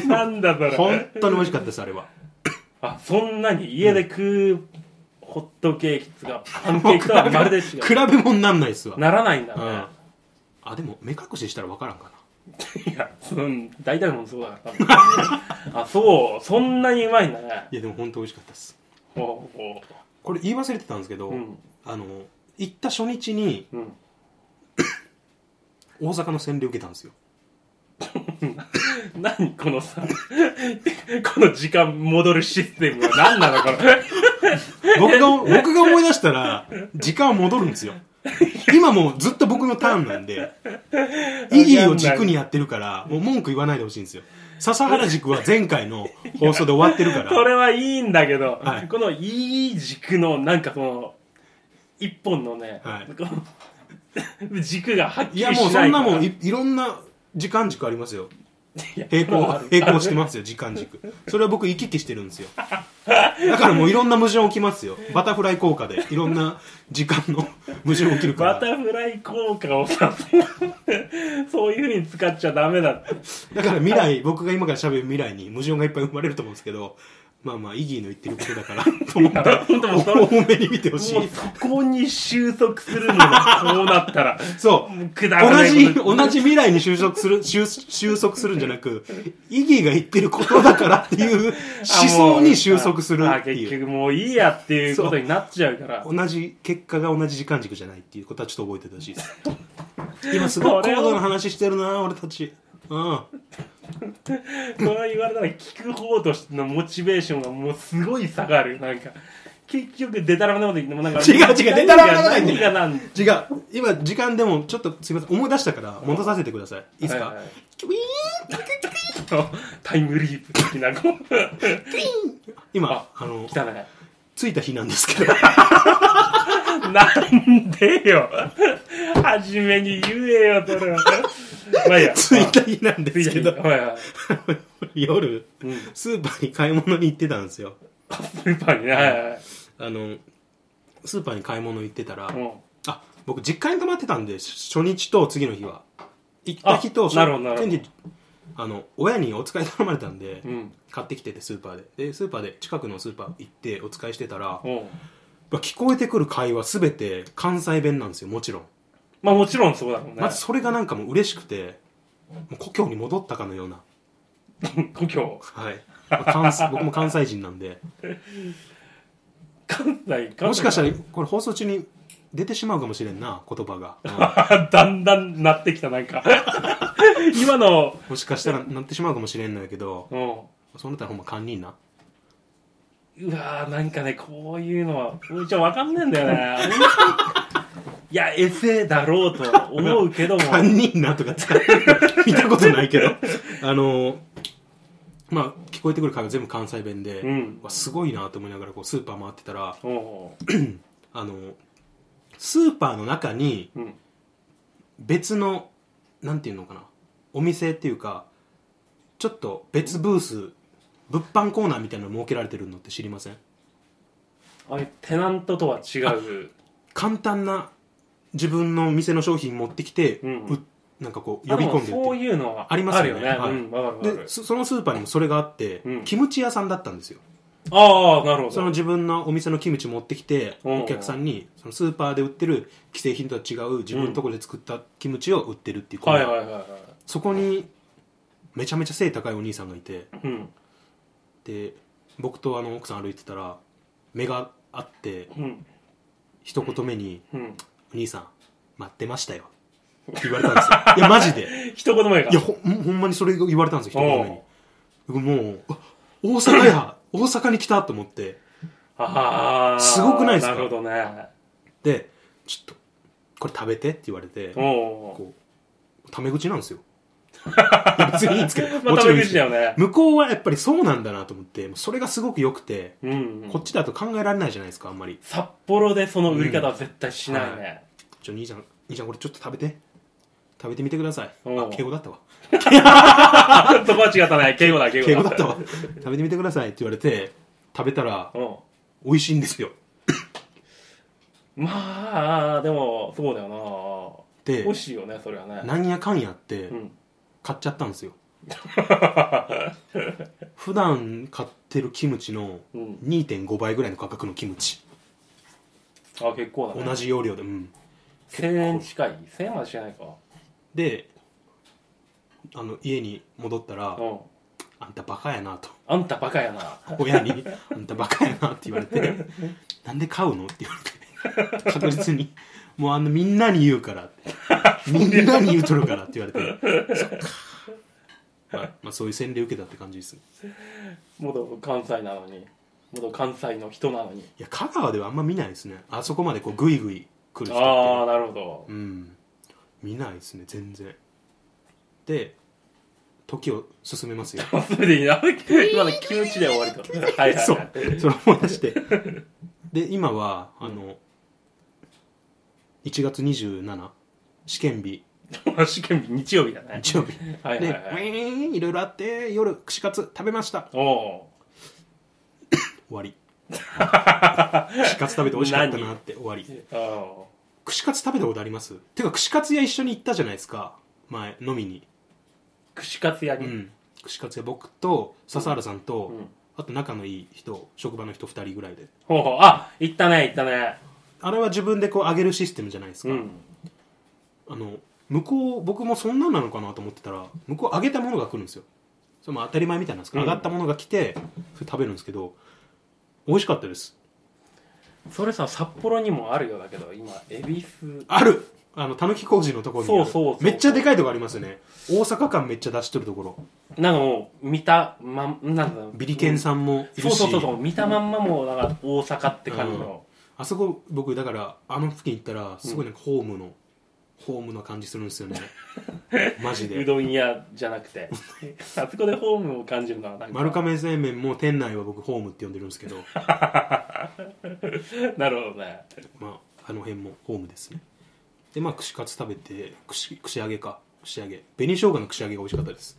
Speaker 2: なんだそ
Speaker 1: 本
Speaker 2: れ。
Speaker 1: 当に美味しかったですあれは
Speaker 2: あ、そんなに家で食う、ホットケーキとか、パンケーキとはまるで違
Speaker 1: 比
Speaker 2: う。
Speaker 1: べ物になんないっすわ、
Speaker 2: ならないんだ
Speaker 1: う
Speaker 2: ね
Speaker 1: ん。あでも目隠ししたら分からんかない
Speaker 2: や、うん、大体のものそうだから多分あ、そう、そんなにうまいんだね。
Speaker 1: いやでも本当美味しかったです
Speaker 2: ほうほ
Speaker 1: これ言い忘れてたんですけど、
Speaker 2: う。うん、
Speaker 1: あの行った初日に
Speaker 2: うん。
Speaker 1: 大阪の洗礼受けたんですよ
Speaker 2: 何このさ、 この時間戻るシステムは何なのかな
Speaker 1: 僕が僕が思い出したら時間は戻るんですよ今もうずっと僕のターンなん で意義を軸にやってるからもう文句言わないでほしいんですよ笹原軸は前回の放送で 終わってるか
Speaker 2: そ
Speaker 1: ら
Speaker 2: れはいいんだけど、
Speaker 1: はい
Speaker 2: このいい軸の、なんかその、一本のね、
Speaker 1: はい
Speaker 2: こう軸がはっき
Speaker 1: い
Speaker 2: りし
Speaker 1: や
Speaker 2: ないから
Speaker 1: もうそんなもんいいろんな時間軸ありますよ
Speaker 2: や
Speaker 1: 平
Speaker 2: まあ
Speaker 1: 行平行してますよ時間軸それは僕行き来してるんですよだからもういろんな矛盾起きますよバタフライ効果でいろんな時間の矛盾起きるか
Speaker 2: バ
Speaker 1: ら
Speaker 2: タフライ効果をさそういうふうに使っちゃダメだって
Speaker 1: だから未来僕が今から喋る未来に矛盾がいっぱい生まれると思うんですけどまあまあイギーの言ってることだからと思って
Speaker 2: 本当もうそれ
Speaker 1: 多めに見てほし
Speaker 2: もう
Speaker 1: い
Speaker 2: そこに収束する のだそうなったら
Speaker 1: そ
Speaker 2: も
Speaker 1: う
Speaker 2: うくだらな
Speaker 1: 同
Speaker 2: い
Speaker 1: じ同じ未来に収束する収収束するんじゃなくイギーが言ってることだからっていう思想に収束する
Speaker 2: あ
Speaker 1: って
Speaker 2: 結
Speaker 1: いう
Speaker 2: 局もういいやっていうことになっちゃうから
Speaker 1: 同じ結果が同じ時間軸じゃないっていうことはちょっと覚えててほしいです今すごい高度な話してるな俺たちうん
Speaker 2: それ言われたら聞く方としてのモチベーションがもうすごい下がるなんか結局デタラメなこと言ってもなんか
Speaker 1: 違う違うデタラメなこと言って
Speaker 2: 何が何が
Speaker 1: 違う今時間でもちょっとすみません思い出したから戻させてくださいいいですか、
Speaker 2: はいはい
Speaker 1: キュイ
Speaker 2: タイムリープ的なこう
Speaker 1: ーン今あの
Speaker 2: 汚い
Speaker 1: 着いた日なんですけど
Speaker 2: なんでよ。初めに言えよ、それは。 まあいいや。
Speaker 1: 着いた日なんですけど
Speaker 2: はいはい。
Speaker 1: 夜
Speaker 2: うん
Speaker 1: スーパーに買い物に行ってたんですよ
Speaker 2: スーパーにね。はいはい。
Speaker 1: あのスーパーに買い物行ってたら、
Speaker 2: も
Speaker 1: あ僕実家に泊まってたんで初日と次の日は行った日と
Speaker 2: あなるほどなるほど
Speaker 1: 次の日あの親にお使い頼まれたんで、
Speaker 2: う。うん。
Speaker 1: 買ってきててスーパーででスーパーで近くのスーパー行ってお使いしてたら、
Speaker 2: おう
Speaker 1: まあ聞こえてくる会話全て関西弁なんですよもちろん、
Speaker 2: まあもちろんそうだもんね
Speaker 1: まず。それがなんかもう嬉しくてもう故郷に戻ったかのような
Speaker 2: 故郷。
Speaker 1: はい、まあ関西 僕も関西人なんで
Speaker 2: 関西、関西。
Speaker 1: もしかしたらこれ放送中に出てしまうかもしれんな言葉が、 うん
Speaker 2: ら。だんだんなってきた、なんか。 今の、
Speaker 1: もしかしたらなってしまうかもしれんのやけど
Speaker 2: うん。
Speaker 1: そうなったらほんま堪忍な
Speaker 2: うわーなんかね、こういうのは、うちゃんわかんねえんだよね。 いや、エセだろうと思う けども。
Speaker 1: 堪忍なとか使って る見たことないけどあのまあ聞こえてくる会話全部関西弁で、
Speaker 2: うん
Speaker 1: わすごいなと思いながらこうスーパー回ってたら
Speaker 2: お
Speaker 1: あのスーパーの中に
Speaker 2: ううん。
Speaker 1: 別のなんていうのかなお店っていうかちょっと別ブース物販コーナーみたいなの設けられてるのって知りません
Speaker 2: あれ、テナントとは違う。
Speaker 1: 簡単な自分の店の商品持ってきて、
Speaker 2: うん
Speaker 1: うなんかこう呼び込んで売って
Speaker 2: あもそういうのは
Speaker 1: ありますよね
Speaker 2: あるよね。
Speaker 1: はい
Speaker 2: うん、わかるわか
Speaker 1: で
Speaker 2: る。
Speaker 1: そそのスーパーにもそれがあって、
Speaker 2: うん
Speaker 1: キムチ屋さんだったんですよ
Speaker 2: ああ、なるほど。
Speaker 1: その自分のお店のキムチ持ってきて
Speaker 2: うん
Speaker 1: お客さんにそのスーパーで売ってる既製品とは違う自分のところで作ったキムチを売ってるっていう、
Speaker 2: はいはいはいは
Speaker 1: そこにめちゃめちゃ背高いお兄さんがいて
Speaker 2: い。うん。
Speaker 1: で僕とあの奥さん歩いてたら目が合って
Speaker 2: うん。
Speaker 1: 一言目に
Speaker 2: うん。
Speaker 1: 「お兄さん待ってましたよ」って言われたんです よいやマジで
Speaker 2: 一言目が。
Speaker 1: いやほんほんまにそれが言われたんですよ一言目に僕もうあ大阪や大阪に来たと思って
Speaker 2: ああ。
Speaker 1: すごくないですか
Speaker 2: なるほどね。
Speaker 1: でちょっとこれ食べてって言われて
Speaker 2: おお。
Speaker 1: こうタメ口なんですよいや別にいいんですけど
Speaker 2: まあ、
Speaker 1: もちろんいい
Speaker 2: タメ
Speaker 1: んです
Speaker 2: 口
Speaker 1: け
Speaker 2: だ
Speaker 1: ど
Speaker 2: よね。
Speaker 1: 向こうはやっぱりそうなんだなと思ってもうそれがすごく良くて、
Speaker 2: うん。
Speaker 1: こっちだと考えられないじゃないですかあんまり
Speaker 2: 札幌でその売り方は絶対しないね。
Speaker 1: ちょ兄ちゃん兄ちゃんこれちょっと食べて食べてみてください
Speaker 2: お
Speaker 1: あ
Speaker 2: う
Speaker 1: 敬語だったわ
Speaker 2: あ、そこは違ったね。敬 語だ、敬語
Speaker 1: 敬語だったわ食べてみてくださいって言われて食べたら
Speaker 2: うん。
Speaker 1: 美味しいんですよ
Speaker 2: まあ、でも、そうだよな。
Speaker 1: で
Speaker 2: 欲しいよね、それはね。
Speaker 1: なんやかんやって
Speaker 2: うん。
Speaker 1: 買っちゃったん ですよ普段買ってるキムチの
Speaker 2: うん
Speaker 1: 2.5倍ぐらいの価格のキムチ
Speaker 2: あ、結構だね。
Speaker 1: 同。じ容量でうん
Speaker 2: 1000円近い ?1000 円までしないか。
Speaker 1: であの家に戻ったら
Speaker 2: うん。
Speaker 1: 「あんたバカやな」と
Speaker 2: あんたバカやな。
Speaker 1: 親に「あんたバカやな」って言われて「なんで買うの?」って言われて確実に「もうあのみんなに言うから」って「みんなに言うとるから」って言われてそっか、まあ、まあそういう洗礼受けたって感じですね
Speaker 2: 元関西なのに元関西の人なのに
Speaker 1: いや香川ではあんま見ないですねあそこまでこうグイグイ来る人
Speaker 2: ああ
Speaker 1: っ
Speaker 2: なるほど
Speaker 1: てうん見ないですね全然で時を進めますよ
Speaker 2: それでいいな今の気持ちで終わ りとはいはいはい
Speaker 1: そうそれ思い出してで今はあの、 1月27試験日
Speaker 2: 試験日日曜日だね
Speaker 1: 日曜日
Speaker 2: はいはい
Speaker 1: で、
Speaker 2: は
Speaker 1: ウ
Speaker 2: い、
Speaker 1: ィーンいろいろあって夜串カツ食べました
Speaker 2: おお
Speaker 1: 終 わり串カツ食べて美味しかったなって終わり
Speaker 2: ーあ
Speaker 1: 串カツ食べたことありますてか串カツ屋一緒に行ったじゃないですか前飲みに
Speaker 2: ー串カツ屋
Speaker 1: う
Speaker 2: に、
Speaker 1: ん串カツ屋僕と笹原さんと、
Speaker 2: うん
Speaker 1: あと仲のいい人職場の人2人ぐらいで
Speaker 2: ほうほうあ行ったね行ったね
Speaker 1: あれは自分でこう上げるシステムじゃないですか、
Speaker 2: うん
Speaker 1: あの向こう僕もそんなんなのかなと思ってたら向こう揚げたものが来るんですよそれも当たり前みたいなんですけど、
Speaker 2: うん
Speaker 1: 上がったものが来てそれ食べるんですけど美味しかったです
Speaker 2: それさ札幌にもあるようだけど今恵比寿
Speaker 1: あるあのたぬき工事のところにある
Speaker 2: そうそうそう
Speaker 1: めっちゃでかいとこありますよね大阪間めっちゃ出してるところ
Speaker 2: なんかもう見たまんなんだろう
Speaker 1: ビリケンさんもいる
Speaker 2: そう
Speaker 1: し
Speaker 2: そうそうそう見たまんまもうなんか大阪って感じの、
Speaker 1: あそこ僕だからあの付近行ったらすごいなんかホームの、ホームの感じするん ですよねマジ
Speaker 2: う
Speaker 1: で
Speaker 2: どん屋じゃなく てあそこでホームを感じるのはなんか
Speaker 1: 丸亀製麺も店内は僕ホームって呼んでるんですけど
Speaker 2: なるほどね
Speaker 1: まあ、あの辺もホームですねでまあ串カツ食べて串串揚げか串揚げ紅生姜の串揚げが美味しかったです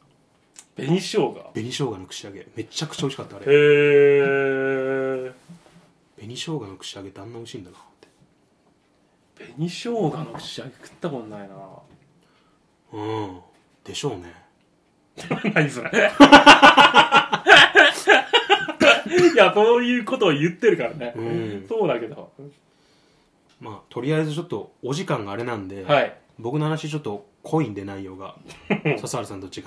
Speaker 2: 紅生姜
Speaker 1: 紅生姜の串揚げめちゃくちゃ美味しかったあれ
Speaker 2: へえ
Speaker 1: 紅生姜の串揚げってあんな美味しいんだなって
Speaker 2: 紅生姜の串揚げ食ったことないな
Speaker 1: うんでしょうね
Speaker 2: 何それ いやそういうことを言ってるからね、
Speaker 1: うん
Speaker 2: そうだけど
Speaker 1: まあとりあえずちょっとお時間があれなんで、
Speaker 2: はい
Speaker 1: 僕の話ちょっと濃いんで内容 が笹原さんと違ってすい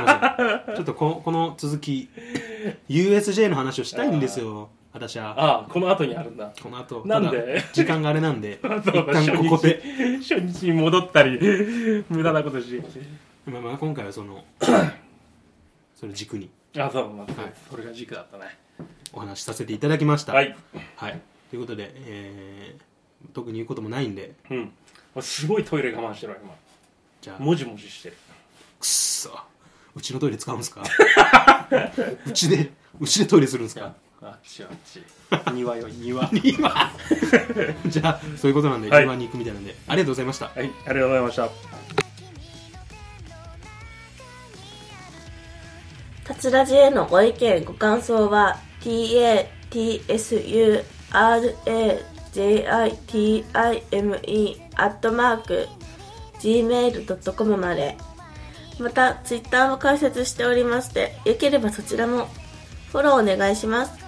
Speaker 1: ませんちょっとここの続き USJ の話をしたいんですよ私は
Speaker 2: ああこの後にあるんだ
Speaker 1: この後
Speaker 2: なんで
Speaker 1: ただ時間があれなん で
Speaker 2: そう
Speaker 1: 一
Speaker 2: だ初
Speaker 1: 旦
Speaker 2: 日
Speaker 1: ここで
Speaker 2: 初日に戻ったり無駄なことし
Speaker 1: まあ、まあ今回はその それ軸に
Speaker 2: あそうまあ、
Speaker 1: はい
Speaker 2: それが軸だったね
Speaker 1: お話しさせていただきました
Speaker 2: はい、
Speaker 1: はいということで、えー特に言うこともないんで
Speaker 2: うん、すごいトイレ我慢してるわ今
Speaker 1: じゃあ
Speaker 2: もじもじしてる
Speaker 1: くっそうちのトイレ使うんですか うちでうちでトイレするんですか
Speaker 2: あっちあっ ち庭よ庭はい
Speaker 1: じゃあそういうことなんで
Speaker 2: はい
Speaker 1: 順番に行くみたいなんで、ありがとうございました
Speaker 2: ありがとうございました
Speaker 4: たつらじへのご意見ご感想は tatsurajitime アットマーク gmail.com までまたツイッターも開設しておりましてよければそちらもフォローお願いします